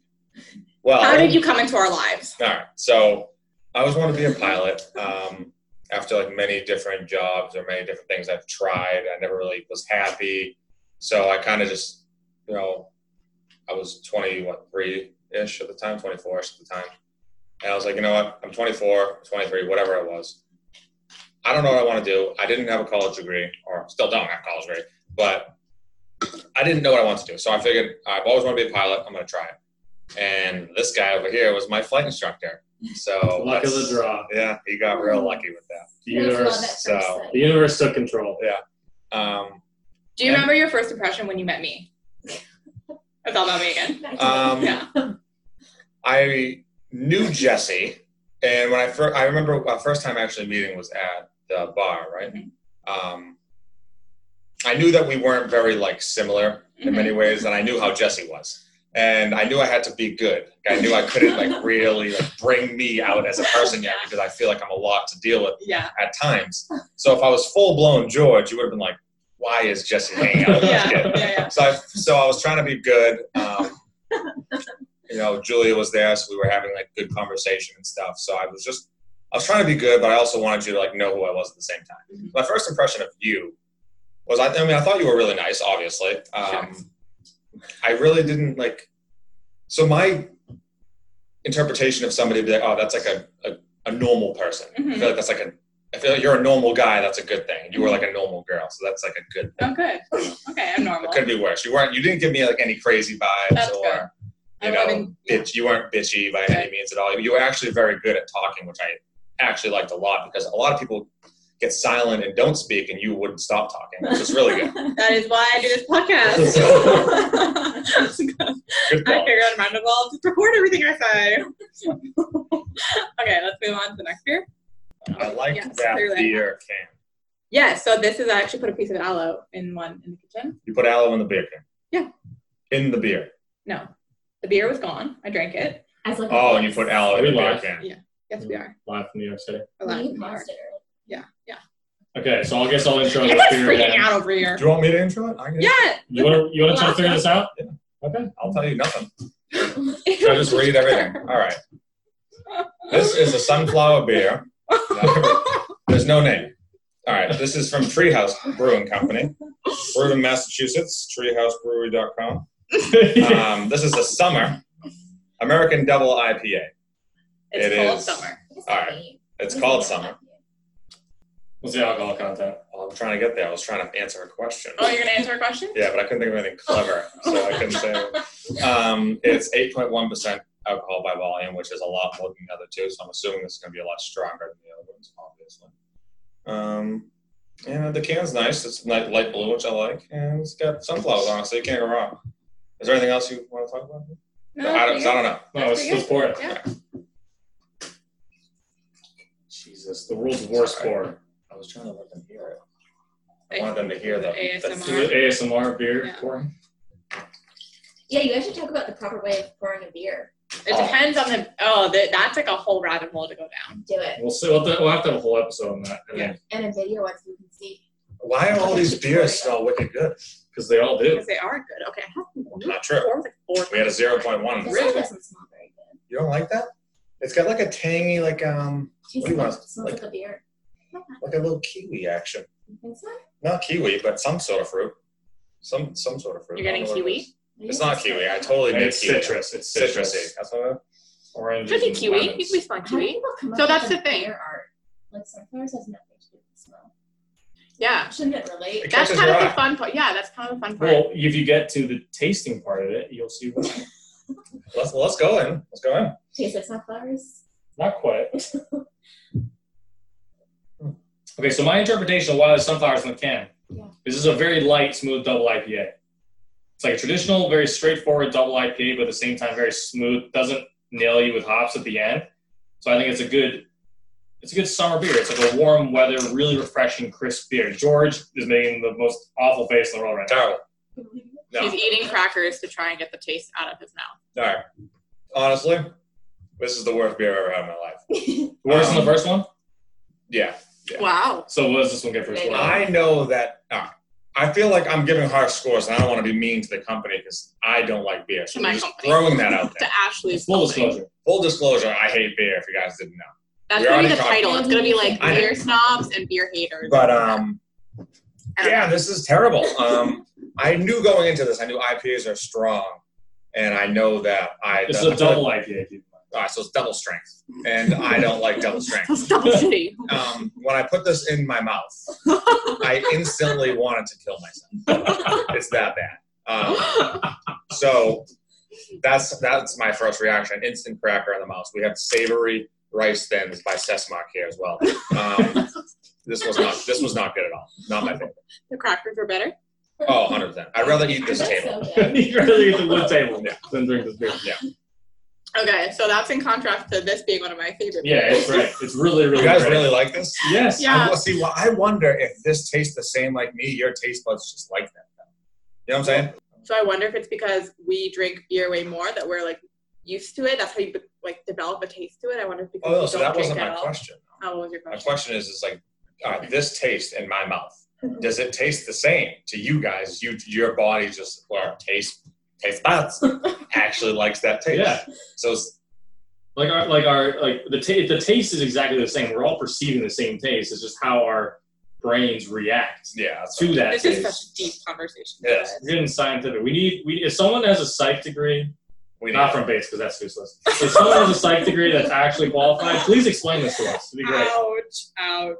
[SPEAKER 2] Well,
[SPEAKER 3] How did you come into our lives?
[SPEAKER 2] All right. So I always wanted to be a pilot. Um, after like many different jobs or many different things I've tried, I never really was happy. So I kind of just, you know, I was 20, what, three ish at the time, 24 ish at the time. And I was like, you know what? I'm 24, 23, whatever I was. I don't know what I want to do. I didn't have a college degree, or still don't have a college degree, but I didn't know what I wanted to do. So I figured I've always wanted to be a pilot. I'm going to try it. And this guy over here was my flight instructor. So
[SPEAKER 1] Luck of
[SPEAKER 2] that's-
[SPEAKER 1] the draw.
[SPEAKER 2] Yeah, he got real lucky with that.
[SPEAKER 1] The
[SPEAKER 5] It was love at
[SPEAKER 1] universe.
[SPEAKER 5] first
[SPEAKER 2] so-
[SPEAKER 5] sight.
[SPEAKER 1] The universe took control.
[SPEAKER 2] Um,
[SPEAKER 3] Do you remember your first impression when you met me? That's all about me again.
[SPEAKER 5] Back to
[SPEAKER 2] um,
[SPEAKER 3] Yeah.
[SPEAKER 2] I knew Jesse, and when I first, I remember our first time actually meeting was at the bar, right? Um, I knew that we weren't very like similar in many ways, and I knew how Jesse was, and I knew I had to be good. I knew I couldn't like really like bring me out as a person yet because I feel like I'm a lot to deal with
[SPEAKER 3] Yeah.
[SPEAKER 2] at times. So if I was full blown George, you would have been like, "Why is Jesse hanging out with this
[SPEAKER 3] Yeah.
[SPEAKER 2] kid?"
[SPEAKER 3] Yeah. yeah.
[SPEAKER 2] so I, so I was trying to be good. Um, you know, Julia was there, so we were having like good conversation and stuff. So I was just, I was trying to be good, but I also wanted you to like know who I was at the same
[SPEAKER 3] Mm-hmm.
[SPEAKER 2] time. My first impression of you was, I, I mean, I thought you were really nice, obviously.
[SPEAKER 3] Shucks.
[SPEAKER 2] Um, I really didn't like. So my interpretation of somebody would be like, oh, that's like a a, a normal person. I
[SPEAKER 3] Mhm.
[SPEAKER 2] feel like that's like a. I feel like you're a normal guy. That's a good thing. You were
[SPEAKER 3] Mm-hmm.
[SPEAKER 2] like a normal girl, so that's like a good thing.
[SPEAKER 3] Oh, good. Okay, I'm normal.
[SPEAKER 2] It could be worse. You weren't. You didn't give me like any crazy vibes
[SPEAKER 3] That's
[SPEAKER 2] or
[SPEAKER 3] good.
[SPEAKER 2] you
[SPEAKER 3] I
[SPEAKER 2] know,
[SPEAKER 3] wouldn't-
[SPEAKER 2] bitch. You weren't bitchy by any means at all. You were actually very good at talking, which I actually liked a lot because a lot of people get silent and don't speak, and you wouldn't stop talking, which is really good.
[SPEAKER 3] That is why I do this podcast.
[SPEAKER 2] Good
[SPEAKER 3] I
[SPEAKER 2] quality.
[SPEAKER 3] figure out mind well just record everything I say. okay, let's move on to the next beer.
[SPEAKER 2] I liked
[SPEAKER 3] Yes,
[SPEAKER 2] that
[SPEAKER 3] clearly.
[SPEAKER 2] beer can.
[SPEAKER 3] Yes, so this is I actually put a piece of aloe in one in the kitchen.
[SPEAKER 2] You put aloe in the beer can.
[SPEAKER 3] Yeah.
[SPEAKER 2] In the beer.
[SPEAKER 3] No. The beer was gone. I drank it.
[SPEAKER 5] As like
[SPEAKER 2] Oh, and you put aloe in the
[SPEAKER 1] We
[SPEAKER 2] beer
[SPEAKER 1] lied.
[SPEAKER 2] can.
[SPEAKER 3] Yes, we are.
[SPEAKER 1] Live from New York City.
[SPEAKER 3] I lied
[SPEAKER 5] We
[SPEAKER 3] to the bar.
[SPEAKER 5] paused it earlier.
[SPEAKER 1] Okay, so I guess I'll intro this
[SPEAKER 3] Everyone's
[SPEAKER 1] beer.
[SPEAKER 3] freaking
[SPEAKER 1] again.
[SPEAKER 3] out over here.
[SPEAKER 2] Do you want me to intro it? I can.
[SPEAKER 3] Yeah.
[SPEAKER 1] You want to you want to try to
[SPEAKER 3] Last
[SPEAKER 1] figure
[SPEAKER 3] one.
[SPEAKER 1] this out?
[SPEAKER 2] Yeah.
[SPEAKER 1] Okay.
[SPEAKER 2] I'll tell you nothing. Should I just read everything? All right. This is a sunflower beer. There's no name. All right, this is from Treehouse Brewing Company, brewed in Massachusetts, treehousebrewery.com.
[SPEAKER 1] Uh,
[SPEAKER 2] Um, this is a summer American Double IPA.
[SPEAKER 3] It's
[SPEAKER 2] It
[SPEAKER 3] cold
[SPEAKER 2] is.
[SPEAKER 3] summer.
[SPEAKER 5] It's
[SPEAKER 2] All right.
[SPEAKER 5] okay.
[SPEAKER 2] It's called summer.
[SPEAKER 1] What's the alcohol content?
[SPEAKER 2] Well, I'm trying to get there. I was trying to answer a question.
[SPEAKER 3] Oh, you're gonna answer a question?
[SPEAKER 2] Yeah, but I couldn't think of anything clever, so I couldn't say. it. Um, it's 8.1% alcohol by volume, which is a lot more than the other two, so I'm assuming this is going to be a lot stronger than the other ones, obviously. Um, and the can's nice. It's light, light blue, which I like, and it's got sunflowers on it, so you can't go wrong. Is there anything else you want to talk about?
[SPEAKER 3] No,
[SPEAKER 2] I,
[SPEAKER 3] I
[SPEAKER 2] don't, I don't know.
[SPEAKER 1] No, let's, let's pour it.
[SPEAKER 3] Yeah.
[SPEAKER 1] Jesus, the world's worst
[SPEAKER 2] Sorry.
[SPEAKER 1] pour.
[SPEAKER 2] I was trying to let them hear it. I wanted them to hear the,
[SPEAKER 3] The
[SPEAKER 2] the-
[SPEAKER 1] Do an
[SPEAKER 3] ASMR.
[SPEAKER 1] ASMR beer
[SPEAKER 3] Yeah.
[SPEAKER 1] pouring.
[SPEAKER 5] Yeah, you guys should talk about the proper way of pouring a beer.
[SPEAKER 3] It depends on the oh, that that's like a whole rabbit hole to go down.
[SPEAKER 5] Do it.
[SPEAKER 1] We'll see. We'll have, to, we'll have to have a whole episode on that.
[SPEAKER 5] And a video once you can see.
[SPEAKER 2] Why are all these beers so wicked good?
[SPEAKER 1] Because they all do.
[SPEAKER 3] Because they are good. Okay, I have some
[SPEAKER 2] Not true.
[SPEAKER 3] four, like four.
[SPEAKER 2] We had a 0.1.
[SPEAKER 5] This one doesn't smell very good.
[SPEAKER 2] You don't like that? It's got like a tangy, like um,
[SPEAKER 5] Tastes
[SPEAKER 2] do you
[SPEAKER 5] like,
[SPEAKER 2] want?
[SPEAKER 5] smells like, a beer.
[SPEAKER 2] like a little kiwi action.
[SPEAKER 5] You think so?
[SPEAKER 2] Not kiwi, but some sort of fruit. Some some sort of fruit.
[SPEAKER 3] You're
[SPEAKER 2] I don't
[SPEAKER 3] getting
[SPEAKER 2] know what it
[SPEAKER 3] kiwi?
[SPEAKER 2] is. It's not kiwi. I totally made
[SPEAKER 1] It's
[SPEAKER 2] kiwi.
[SPEAKER 1] citrus. It's citrus.
[SPEAKER 2] Citrusy. That's what. I
[SPEAKER 1] Orange.
[SPEAKER 3] Could be kiwi. You could be spot
[SPEAKER 5] How do
[SPEAKER 3] kiwi.
[SPEAKER 5] people come
[SPEAKER 3] So
[SPEAKER 5] up
[SPEAKER 3] that's
[SPEAKER 5] with
[SPEAKER 3] the
[SPEAKER 5] a
[SPEAKER 3] thing.
[SPEAKER 5] beer art? Like sunflowers has nothing to do with smell.
[SPEAKER 3] Yeah,
[SPEAKER 5] Shouldn't it relate?
[SPEAKER 2] It
[SPEAKER 3] that's
[SPEAKER 2] catches
[SPEAKER 3] kind
[SPEAKER 2] your
[SPEAKER 3] of the
[SPEAKER 2] eye.
[SPEAKER 3] fun part. Yeah, that's kind of the fun part.
[SPEAKER 1] Well, if you get to the tasting part of it, you'll see why.
[SPEAKER 2] Let's let's go in. Let's go in.
[SPEAKER 5] Tastes like sunflowers.
[SPEAKER 1] Not quite. Okay, so my interpretation of why the sunflowers in the can
[SPEAKER 5] Yeah.
[SPEAKER 1] is this is a very light, smooth double IPA. It's like a traditional, very straightforward double IPA, but at the same time very smooth. Doesn't nail you with hops at the end. So I think it's a good, it's a good summer beer. It's like a warm weather, really refreshing, crisp beer. George is making the most awful face in the world right now.
[SPEAKER 2] Terrible. No.
[SPEAKER 3] He's eating crackers to try and get the taste out of his mouth.
[SPEAKER 2] All right. Honestly, this is the worst beer I've ever had in my life.
[SPEAKER 1] Worse
[SPEAKER 2] Um,
[SPEAKER 1] than the first one.
[SPEAKER 2] Yeah. Yeah.
[SPEAKER 3] Wow.
[SPEAKER 1] So what does this one get for a score?
[SPEAKER 2] I know that. all right. I feel like I'm giving harsh scores, and I don't want to be mean to the company because I don't like beer. So
[SPEAKER 3] To my
[SPEAKER 2] I'm just
[SPEAKER 3] company.
[SPEAKER 2] throwing that out
[SPEAKER 3] To
[SPEAKER 2] there.
[SPEAKER 3] Ashley's
[SPEAKER 1] Full
[SPEAKER 3] company.
[SPEAKER 1] disclosure.
[SPEAKER 2] Full disclosure: I hate beer. If you guys didn't know.
[SPEAKER 3] That's
[SPEAKER 2] We
[SPEAKER 3] gonna be
[SPEAKER 2] already
[SPEAKER 3] the
[SPEAKER 2] talked-
[SPEAKER 3] title. It's gonna be like
[SPEAKER 2] I know.
[SPEAKER 3] beer snobs and beer haters.
[SPEAKER 2] But um,
[SPEAKER 3] I don't
[SPEAKER 2] yeah, this is terrible. Um, I knew going into this, I knew IPAs are strong, and I know that I.
[SPEAKER 1] This is
[SPEAKER 2] that-
[SPEAKER 1] a double IPA. keep in mind.
[SPEAKER 2] All right, so it's double strength, and I don't like double strength.
[SPEAKER 3] That's double shitty.
[SPEAKER 2] Um, when I put this in my mouth, I instantly wanted to kill myself. It's that bad. Um, so that's that's my first reaction. Instant cracker in the mouth. We have savory rice thins by Sesmac here as well. Um, this was not this was not good at all. Not my favorite.
[SPEAKER 3] the crackers were better.
[SPEAKER 2] Oh, 100 percent. I'd rather eat this
[SPEAKER 5] That's
[SPEAKER 2] table.
[SPEAKER 5] so good.
[SPEAKER 1] You'd rather eat the wood table
[SPEAKER 2] Yeah.
[SPEAKER 1] than drink this beer.
[SPEAKER 3] Okay, so that's in contrast to this being one of my favorite.
[SPEAKER 1] Yeah,
[SPEAKER 3] beers.
[SPEAKER 1] it's right. It's really, really
[SPEAKER 2] You guys
[SPEAKER 1] great.
[SPEAKER 2] really like this?
[SPEAKER 1] Yes.
[SPEAKER 3] Yeah.
[SPEAKER 2] I, see, well, I wonder if this tastes the same like me. Your taste buds just like that. Though. You know what I'm saying?
[SPEAKER 3] So I wonder if it's because we drink beer way more that we're like used to it. That's how you like develop a taste to it. I wonder if because
[SPEAKER 2] Oh,
[SPEAKER 3] we
[SPEAKER 2] so
[SPEAKER 3] don't
[SPEAKER 2] that wasn't
[SPEAKER 3] drink
[SPEAKER 2] my
[SPEAKER 3] at all.
[SPEAKER 2] question.
[SPEAKER 3] Oh, what was your
[SPEAKER 2] My
[SPEAKER 3] question?
[SPEAKER 2] question is, is like, all right, this taste in my mouth, does it taste the same to you guys? You, your body just, or taste, taste buds actually likes that taste.
[SPEAKER 1] Yeah.
[SPEAKER 2] So it's,
[SPEAKER 1] Like our, like our, like the ta- the taste is exactly the same. We're all perceiving the same taste. It's just how our brains react
[SPEAKER 2] yeah. That's
[SPEAKER 1] to that
[SPEAKER 3] This
[SPEAKER 1] taste.
[SPEAKER 3] is such a deep conversation.
[SPEAKER 2] Yes.
[SPEAKER 1] We're getting scientific. We need we if someone has a psych degree,
[SPEAKER 2] we
[SPEAKER 1] not
[SPEAKER 2] need-
[SPEAKER 1] from Bates because that's useless. If someone has a psych degree that's actually qualified, please explain this to us. It'd be great.
[SPEAKER 3] Ouch! Ouch!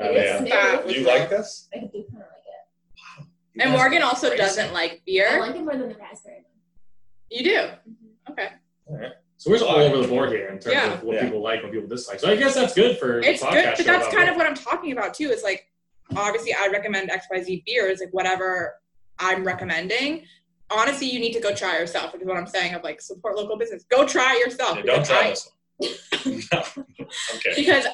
[SPEAKER 1] Uh,
[SPEAKER 5] It's
[SPEAKER 1] yeah.
[SPEAKER 5] smooth.
[SPEAKER 3] That
[SPEAKER 2] Do you like this?
[SPEAKER 5] I do kind of like
[SPEAKER 2] You
[SPEAKER 3] And
[SPEAKER 2] guys-
[SPEAKER 3] Morgan also
[SPEAKER 2] Crazy.
[SPEAKER 3] doesn't like
[SPEAKER 5] it. I
[SPEAKER 3] beer.
[SPEAKER 5] like it more than the raspberry one.
[SPEAKER 3] You do.
[SPEAKER 2] Mm-hmm.
[SPEAKER 3] Okay.
[SPEAKER 1] So we're just all over the board here in terms
[SPEAKER 3] Yeah.
[SPEAKER 1] of what
[SPEAKER 2] Yeah.
[SPEAKER 1] people like, what people dislike. So I guess that's good for
[SPEAKER 3] It's
[SPEAKER 1] a podcast
[SPEAKER 3] good,
[SPEAKER 1] show
[SPEAKER 3] but that's
[SPEAKER 1] about
[SPEAKER 3] kind
[SPEAKER 1] beer.
[SPEAKER 3] of what I'm talking about too. Is like, obviously, I recommend X Y Z beers, like whatever I'm recommending. Honestly, you need to go try yourself, which is what I'm saying. Of like, support local business. Go try yourself.
[SPEAKER 2] Yeah, don't
[SPEAKER 3] because
[SPEAKER 2] try
[SPEAKER 3] I-
[SPEAKER 2] this one. No. okay.
[SPEAKER 3] because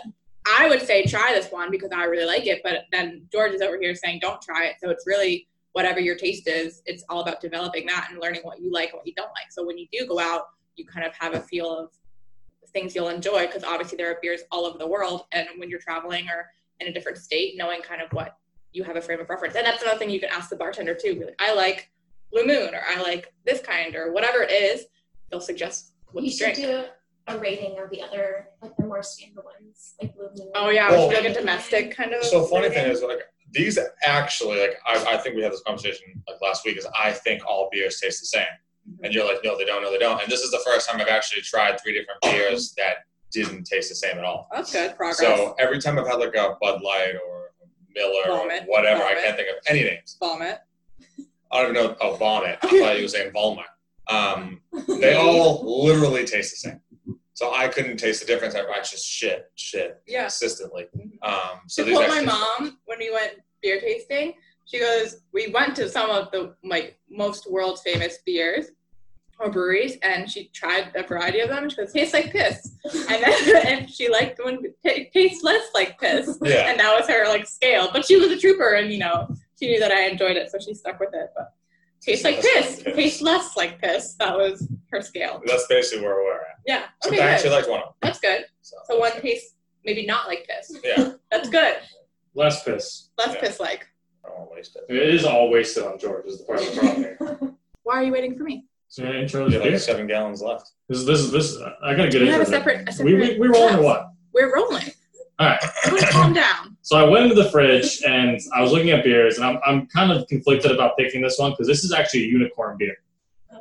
[SPEAKER 3] I would say try this one because I really like it, but then George is over here saying don't try it. So it's really whatever your taste is, it's all about developing that and learning what you like and what you don't like. So when you do go out, you kind of have a feel of things you'll enjoy because obviously there are beers all over the world. And when you're traveling or in a different state, knowing kind of what you have a frame of reference. And that's another thing you can ask the bartender too. Be like, I like Blue Moon or I like this kind or whatever it is, they'll suggest what
[SPEAKER 5] You
[SPEAKER 3] you
[SPEAKER 5] should
[SPEAKER 3] drink.
[SPEAKER 5] do a rating of the other, like the more standard ones, like Blue Moon.
[SPEAKER 3] Oh yeah,
[SPEAKER 2] Well-
[SPEAKER 3] we should do like a domestic kind of
[SPEAKER 2] So funny thing
[SPEAKER 3] rating.
[SPEAKER 2] is like these actually like I, I think we had this conversation like last week is I think all beers taste the same.
[SPEAKER 3] Mm-hmm.
[SPEAKER 2] And you're like, no, they don't, no, they don't. And this is the first time I've actually tried three different beers
[SPEAKER 3] Mm-hmm.
[SPEAKER 2] that didn't taste the same at all.
[SPEAKER 3] That's good progress.
[SPEAKER 2] So every time I've had like a Bud Light or Miller
[SPEAKER 3] Vomit.
[SPEAKER 2] or whatever, I
[SPEAKER 3] Vomit.
[SPEAKER 2] can't think of any names.
[SPEAKER 3] vomit.
[SPEAKER 2] I don't even know. Oh, vomit. I thought you were saying Volmar. Um, they all literally taste the same. So I couldn't taste the difference. I I just shit, shit,
[SPEAKER 3] Yeah.
[SPEAKER 2] consistently.
[SPEAKER 3] Mhm.
[SPEAKER 2] Um, so
[SPEAKER 3] To
[SPEAKER 2] these
[SPEAKER 3] quote my
[SPEAKER 2] actually-
[SPEAKER 3] mom when we went beer tasting, she goes, "We went to some of the like most world famous beers or breweries, and she tried a variety of them. She goes, tastes like piss, and then and she liked the one that t- tastes less like piss,
[SPEAKER 2] Yeah.
[SPEAKER 3] and that was her like scale. But she was a trooper, and you know she knew that I enjoyed it, so she stuck with it. But tastes like piss, tastes less like piss. That was her scale.
[SPEAKER 2] That's basically where we're at.
[SPEAKER 3] Yeah.
[SPEAKER 2] So
[SPEAKER 3] Okay.
[SPEAKER 2] I actually
[SPEAKER 3] Good.
[SPEAKER 2] liked one of them.
[SPEAKER 3] That's good.
[SPEAKER 2] So,
[SPEAKER 3] So one tastes maybe not like piss.
[SPEAKER 2] yeah,
[SPEAKER 3] That's good.
[SPEAKER 1] less piss.
[SPEAKER 3] Less
[SPEAKER 2] Yeah.
[SPEAKER 3] piss like.
[SPEAKER 2] I don't want to waste it.
[SPEAKER 1] It is all wasted on George. Is the part of the problem here.
[SPEAKER 3] Why are you waiting for me?
[SPEAKER 1] So we're gonna intro
[SPEAKER 2] We
[SPEAKER 1] this
[SPEAKER 2] have like
[SPEAKER 1] beer.
[SPEAKER 2] seven gallons left.
[SPEAKER 1] This is this is this. I gotta get
[SPEAKER 3] We have
[SPEAKER 1] into
[SPEAKER 3] a
[SPEAKER 1] it.
[SPEAKER 3] separate. A
[SPEAKER 1] we
[SPEAKER 3] separate
[SPEAKER 1] we we were on
[SPEAKER 3] glass.
[SPEAKER 1] or what?
[SPEAKER 3] We're rolling.
[SPEAKER 1] All right.
[SPEAKER 3] Everyone calm down.
[SPEAKER 1] So I went into the fridge and I was looking at beers, and I'm I'm kind of conflicted about picking this one because this is actually a unicorn beer.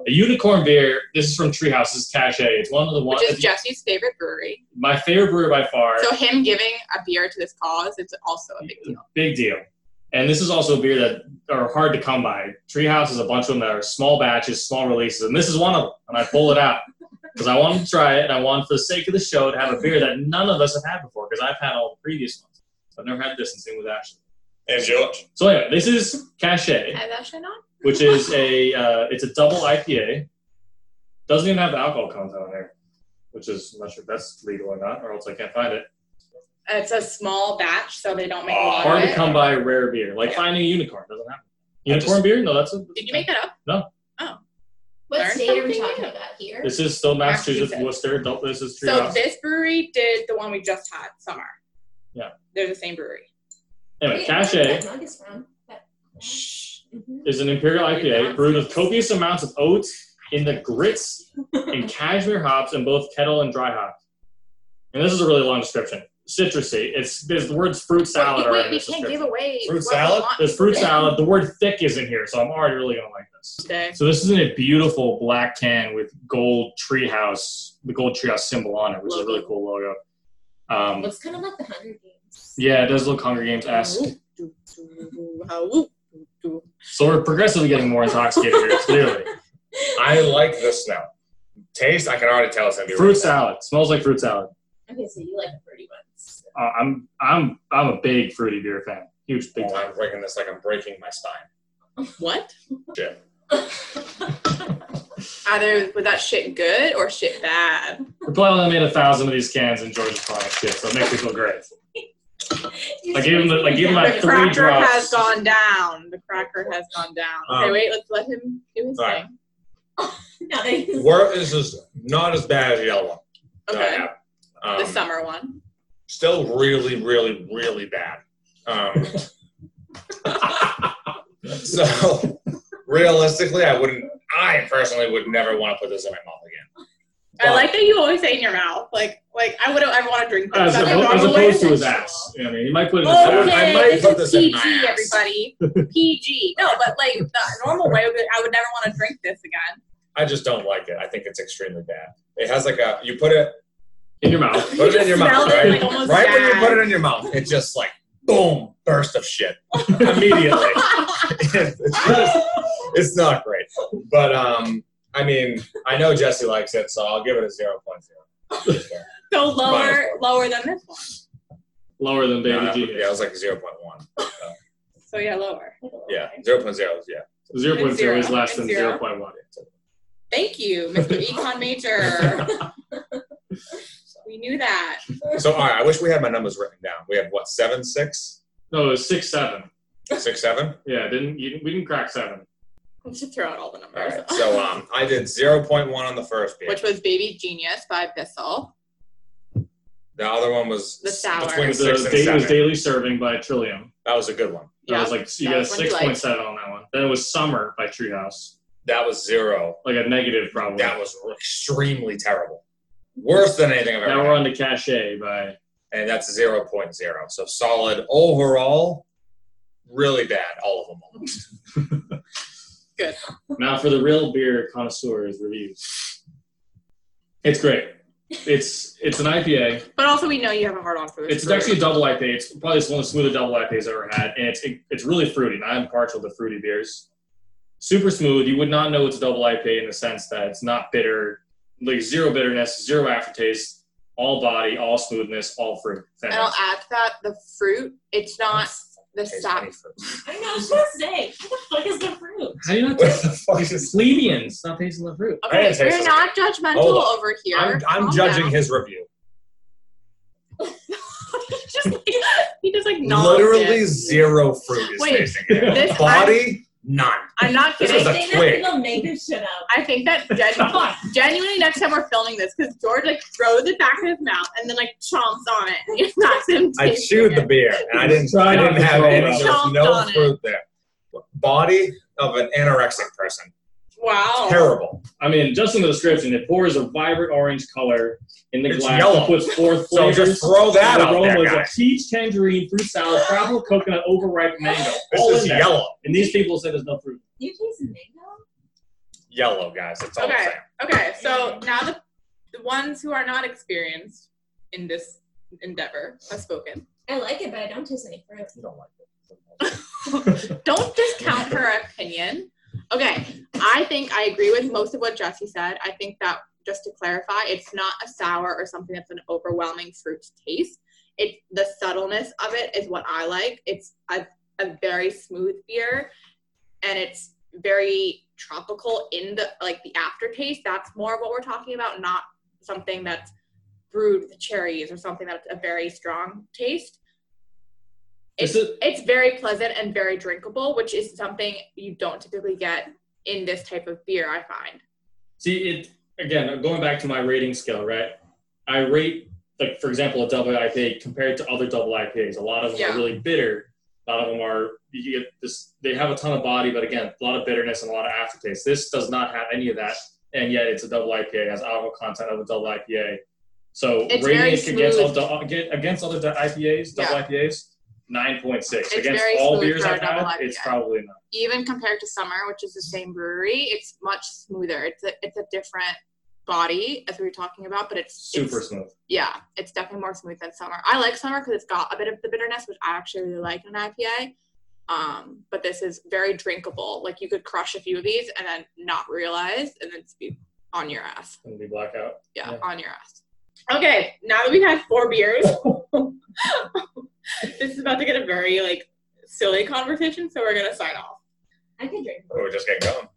[SPEAKER 1] A unicorn beer. This is from Treehouse. This is Cache. It's one of the ones.
[SPEAKER 3] Which is Jesse's favorite brewery.
[SPEAKER 1] my favorite brewer by far.
[SPEAKER 3] So him giving a beer to this cause, it's also a big deal.
[SPEAKER 1] Big deal. And this is also a beer that are hard to come by. Treehouse is a bunch of them that are small batches, small releases, and this is one of them. And I pull it out because I wanted to try it, and I wanted, for the sake of the show, to have a beer that none of us have had before because I've had all the previous ones. I've never had this since it was Ashley.
[SPEAKER 2] And George.
[SPEAKER 1] So anyway, this is Cachet,
[SPEAKER 3] Is that shit on?
[SPEAKER 1] which is a uh, it's a double IPA. Doesn't even have the alcohol content on there, which is I'm not sure if that's legal or not, or else I can't find it.
[SPEAKER 3] It's a small batch, so they don't make a
[SPEAKER 2] Oh,
[SPEAKER 3] lot
[SPEAKER 1] Hard
[SPEAKER 3] of
[SPEAKER 1] to
[SPEAKER 3] it.
[SPEAKER 1] come by rare beer, like
[SPEAKER 3] Yeah.
[SPEAKER 1] finding a unicorn doesn't happen.
[SPEAKER 2] I
[SPEAKER 1] Unicorn
[SPEAKER 2] just-
[SPEAKER 1] beer? No, that's a.
[SPEAKER 3] Did you make that up? Oh.
[SPEAKER 5] What
[SPEAKER 3] Learn
[SPEAKER 5] state are we
[SPEAKER 3] something
[SPEAKER 5] talking
[SPEAKER 3] new.
[SPEAKER 5] about here?
[SPEAKER 1] This is still Massachusetts,
[SPEAKER 3] Massachusetts.
[SPEAKER 1] Worcester. Don't, this is true.
[SPEAKER 3] So this brewery did the one we just had, Summer.
[SPEAKER 1] Yeah.
[SPEAKER 3] They're the same brewery.
[SPEAKER 1] anyway,
[SPEAKER 5] Wait, where's that
[SPEAKER 1] Cache
[SPEAKER 5] mug is from? That- Mhm.
[SPEAKER 1] is an imperial IPA brewed with copious amounts of oat in the grits and cashmere hops in both kettle and dry hops. And this is a really long description. Citrusy. It's there's the words fruit salad
[SPEAKER 3] wait,
[SPEAKER 1] are
[SPEAKER 3] wait,
[SPEAKER 1] in
[SPEAKER 3] we
[SPEAKER 1] this
[SPEAKER 3] can't give
[SPEAKER 1] description.
[SPEAKER 3] away
[SPEAKER 2] Fruit
[SPEAKER 3] what we
[SPEAKER 2] salad?
[SPEAKER 3] want
[SPEAKER 1] There's fruit salad. The word thick is in here, so I'm already really gonna like this.
[SPEAKER 3] today.
[SPEAKER 1] So this is in a beautiful black can with gold treehouse, the gold treehouse symbol on it, which is a really cool logo. Um,
[SPEAKER 5] Looks kind of like the Hunger Games.
[SPEAKER 1] Yeah, it does look Hunger Games esque.
[SPEAKER 3] It's
[SPEAKER 1] So we're progressively getting more intoxicated here, clearly.
[SPEAKER 2] I like this now. Taste, I can already tell it's gonna be
[SPEAKER 1] Fruit
[SPEAKER 2] really
[SPEAKER 1] salad smells like fruit salad.
[SPEAKER 5] Okay, so you like the pretty ones.
[SPEAKER 1] Uh, I'm I'm I'm a big fruity beer fan. Huge
[SPEAKER 2] good.
[SPEAKER 1] big
[SPEAKER 2] Oh,
[SPEAKER 1] time.
[SPEAKER 2] I'm breaking this like I'm breaking my spine.
[SPEAKER 3] What?
[SPEAKER 2] Shit.
[SPEAKER 3] Either was that shit good or shit bad?
[SPEAKER 1] We probably only made a thousand of these cans in Georgia's product shit, so it makes me feel great. I gave him the- I gave him my-
[SPEAKER 3] The
[SPEAKER 1] Uh, three
[SPEAKER 3] cracker
[SPEAKER 1] drops.
[SPEAKER 3] has gone down. The cracker has gone down. Okay,
[SPEAKER 2] Um,
[SPEAKER 3] wait, let's let him do his
[SPEAKER 2] all right.
[SPEAKER 3] thing.
[SPEAKER 5] Nice.
[SPEAKER 2] Where is this not as bad as the yellow one? that I
[SPEAKER 3] Okay.
[SPEAKER 2] have. Um,
[SPEAKER 3] the summer one.
[SPEAKER 2] Still really, really, really bad. Um, so realistically, I wouldn't. I personally would never want to put this in my mouth again.
[SPEAKER 3] I like that you always say in your mouth. Like like I wouldn't ever want to drink this.
[SPEAKER 1] As,
[SPEAKER 3] That's
[SPEAKER 1] oppo-
[SPEAKER 3] wrong
[SPEAKER 1] as
[SPEAKER 3] with it.
[SPEAKER 1] opposed to his ass. You know what I mean, he might put it in his ass.
[SPEAKER 2] Okay. I might
[SPEAKER 3] this
[SPEAKER 2] put
[SPEAKER 3] is
[SPEAKER 2] this in
[SPEAKER 3] PG,
[SPEAKER 2] my ass.
[SPEAKER 3] everybody. PG. No, but like the normal way, would be, I would never want to drink this again.
[SPEAKER 2] I just don't like it. I think it's extremely bad. It has like a you put it
[SPEAKER 1] in your mouth.
[SPEAKER 2] put it in your mouth
[SPEAKER 3] Smelled it,
[SPEAKER 2] right,
[SPEAKER 3] like, almost
[SPEAKER 2] right when you
[SPEAKER 3] bad.
[SPEAKER 2] put it in your mouth. It's just like boom burst of shit immediately. it's just it's not great. But um, I mean, I know Jesse likes it, so I'll give it a zero point zero.
[SPEAKER 3] So
[SPEAKER 2] Minus
[SPEAKER 3] lower, lower than this one.
[SPEAKER 1] Lower than baby
[SPEAKER 2] yeah,
[SPEAKER 1] G.
[SPEAKER 2] Uh, yeah, it was like zero point one.
[SPEAKER 3] So yeah, lower.
[SPEAKER 2] Yeah, zero point zero. Yeah.
[SPEAKER 1] Zero point zero is
[SPEAKER 3] Zero.
[SPEAKER 1] less than
[SPEAKER 3] Zero.
[SPEAKER 1] zero point one.
[SPEAKER 3] Thank you, Mr. Econ Major. we knew that.
[SPEAKER 2] So all right, I wish we had my numbers written down. We had what seven, six,
[SPEAKER 1] No, it was six seven.
[SPEAKER 2] six, seven.
[SPEAKER 1] Yeah, didn't you, we didn't crack seven.
[SPEAKER 3] We should throw out all the
[SPEAKER 2] All
[SPEAKER 3] numbers.
[SPEAKER 2] right. So um, I did zero point one on the first beer.
[SPEAKER 3] Which was Baby Genius by Bissell.
[SPEAKER 2] the other one was
[SPEAKER 3] The sour.
[SPEAKER 2] between
[SPEAKER 1] The
[SPEAKER 2] six and
[SPEAKER 1] date was
[SPEAKER 2] seven.
[SPEAKER 1] daily serving by Trillium.
[SPEAKER 2] That was a good one.
[SPEAKER 1] That
[SPEAKER 3] Yeah.
[SPEAKER 1] was like you
[SPEAKER 3] That
[SPEAKER 1] got a
[SPEAKER 3] was one you
[SPEAKER 1] six
[SPEAKER 3] liked.
[SPEAKER 1] point seven on that one. Then it was Summer by Treehouse,
[SPEAKER 2] That was zero.
[SPEAKER 1] like a negative probably.
[SPEAKER 2] That was extremely terrible. Worse than anything I've ever.
[SPEAKER 1] now
[SPEAKER 2] had.
[SPEAKER 1] we're on to Cachet by
[SPEAKER 2] and that's 0.0. So solid overall, really bad, all of them. almost.
[SPEAKER 1] now for the real beer connoisseurs reviews. It's great. It's it's an IPA.
[SPEAKER 3] But also, we know you have a hard on for this.
[SPEAKER 1] It's actually a double IPA. It's probably it's one of the smoother double IPAs I've ever had, and it's it's really fruity. And I'm partial to fruity beers. Super smooth. You would not know it's a double IPA in the sense that it's not bitter, like zero bitterness, zero aftertaste, all body, all smoothness, all fruit.
[SPEAKER 3] And I'll
[SPEAKER 1] Fantastic.
[SPEAKER 3] add to that the fruit. It's not the
[SPEAKER 2] Tastes
[SPEAKER 3] sap.
[SPEAKER 2] funny for-
[SPEAKER 5] I know, I was gonna say, what the fuck is the fruit?
[SPEAKER 1] How do you not
[SPEAKER 2] Where the fuck is?
[SPEAKER 1] plebeians not tasting the fruit?
[SPEAKER 2] I
[SPEAKER 3] Okay,
[SPEAKER 2] didn't taste
[SPEAKER 3] we're
[SPEAKER 2] it.
[SPEAKER 3] not judgmental
[SPEAKER 2] Hold on.
[SPEAKER 3] over here.
[SPEAKER 2] I'm, I'm
[SPEAKER 3] Calm
[SPEAKER 2] judging
[SPEAKER 3] down.
[SPEAKER 2] his review.
[SPEAKER 3] He just like, he just like nods
[SPEAKER 2] Literally
[SPEAKER 3] it.
[SPEAKER 2] zero fruit is
[SPEAKER 3] Wait,
[SPEAKER 2] tasting it.
[SPEAKER 3] this-
[SPEAKER 2] Body, none.
[SPEAKER 3] I'm not
[SPEAKER 2] This
[SPEAKER 5] I
[SPEAKER 2] is a
[SPEAKER 3] kidding.
[SPEAKER 5] think
[SPEAKER 2] twig.
[SPEAKER 5] that people make this shit up.
[SPEAKER 3] I think that genuinely, genuinely next time we're filming this, because George like throws it back in his mouth and then like chomps on it. And it's not him.
[SPEAKER 2] I
[SPEAKER 3] tasting
[SPEAKER 2] chewed the
[SPEAKER 3] it.
[SPEAKER 2] beer and I didn't. I
[SPEAKER 1] Try not
[SPEAKER 2] didn't
[SPEAKER 1] to
[SPEAKER 2] have
[SPEAKER 1] throw
[SPEAKER 2] any.
[SPEAKER 1] up.
[SPEAKER 2] There was
[SPEAKER 3] Chomped
[SPEAKER 2] no
[SPEAKER 3] on it.
[SPEAKER 2] fruit there. Body of an anorexic person.
[SPEAKER 8] Wow.
[SPEAKER 3] Oh.
[SPEAKER 2] Terrible.
[SPEAKER 1] I mean, just in the description, it pours a vibrant orange color in the
[SPEAKER 2] It's
[SPEAKER 1] glass
[SPEAKER 2] yellow.
[SPEAKER 1] and puts forth
[SPEAKER 2] So
[SPEAKER 1] flavors.
[SPEAKER 2] just throw that
[SPEAKER 1] the
[SPEAKER 2] out there,
[SPEAKER 1] aromas of
[SPEAKER 2] guys.
[SPEAKER 1] peach, tangerine, fruit salad, tropical coconut, overripe mango. all
[SPEAKER 2] This is
[SPEAKER 1] in there.
[SPEAKER 2] yellow.
[SPEAKER 1] And these people said there's no fruit.
[SPEAKER 5] You taste mango?
[SPEAKER 2] Yellow, guys. That's all I'm
[SPEAKER 3] Okay.
[SPEAKER 2] saying.
[SPEAKER 3] Okay, so now the, the ones who are not experienced in this endeavor have spoken.
[SPEAKER 5] I like it, but I don't taste any fruit.
[SPEAKER 2] You don't like it.
[SPEAKER 3] Don't discount her opinion. Okay, I think I agree with most of what Jesse said. I think that just to clarify, it's not a sour or something that's an overwhelming fruit taste. It the subtleness of it is what I like. It's a, a very smooth beer, and it's very tropical in the like the aftertaste. That's more of what we're talking about, not something that's brewed with cherries or something that's a very strong taste
[SPEAKER 1] This
[SPEAKER 3] it's,
[SPEAKER 1] is-
[SPEAKER 3] it's very pleasant and very drinkable, which is something you don't typically get in this type of beer, I find.
[SPEAKER 1] See, it again, going back to my rating scale, right? I rate, like, for example, a double IPA compared to other double IPAs. A lot of them
[SPEAKER 3] Yeah.
[SPEAKER 1] are really bitter. A lot of them are, you get this, they have a ton of body, but again, a lot of bitterness and a lot of aftertaste. This does not have any of that. And yet it's a double IPA, it has alcohol content of a double IPA. So
[SPEAKER 3] It's very
[SPEAKER 1] rating it against,
[SPEAKER 3] smooth.
[SPEAKER 1] all- against against other IPAs, double IPAs, 9.6. against
[SPEAKER 3] very
[SPEAKER 1] all
[SPEAKER 3] smooth
[SPEAKER 1] beers
[SPEAKER 3] for a
[SPEAKER 1] I've had,
[SPEAKER 3] double
[SPEAKER 1] it's
[SPEAKER 3] IPA.
[SPEAKER 1] probably not.
[SPEAKER 3] Even compared to Summer, which is the same brewery, it's much smoother. It's a, it's a different body, as we were talking about, but it's
[SPEAKER 1] Super
[SPEAKER 3] it's-
[SPEAKER 1] smooth.
[SPEAKER 3] yeah, it's definitely more smooth than Summer. I like Summer because it's got a bit of the bitterness, which I actually really like in an IPA. Um, but this is very drinkable. Like you could crush a few of these and then not realize, and then be on your ass.
[SPEAKER 1] Gonna be blackout.
[SPEAKER 3] yeah,
[SPEAKER 1] Yeah.
[SPEAKER 3] on your ass. Okay, now that we've had four beers, this is about to get a very like silly conversation, so we're gonna sign off.
[SPEAKER 5] I could drink.
[SPEAKER 2] We're just getting going.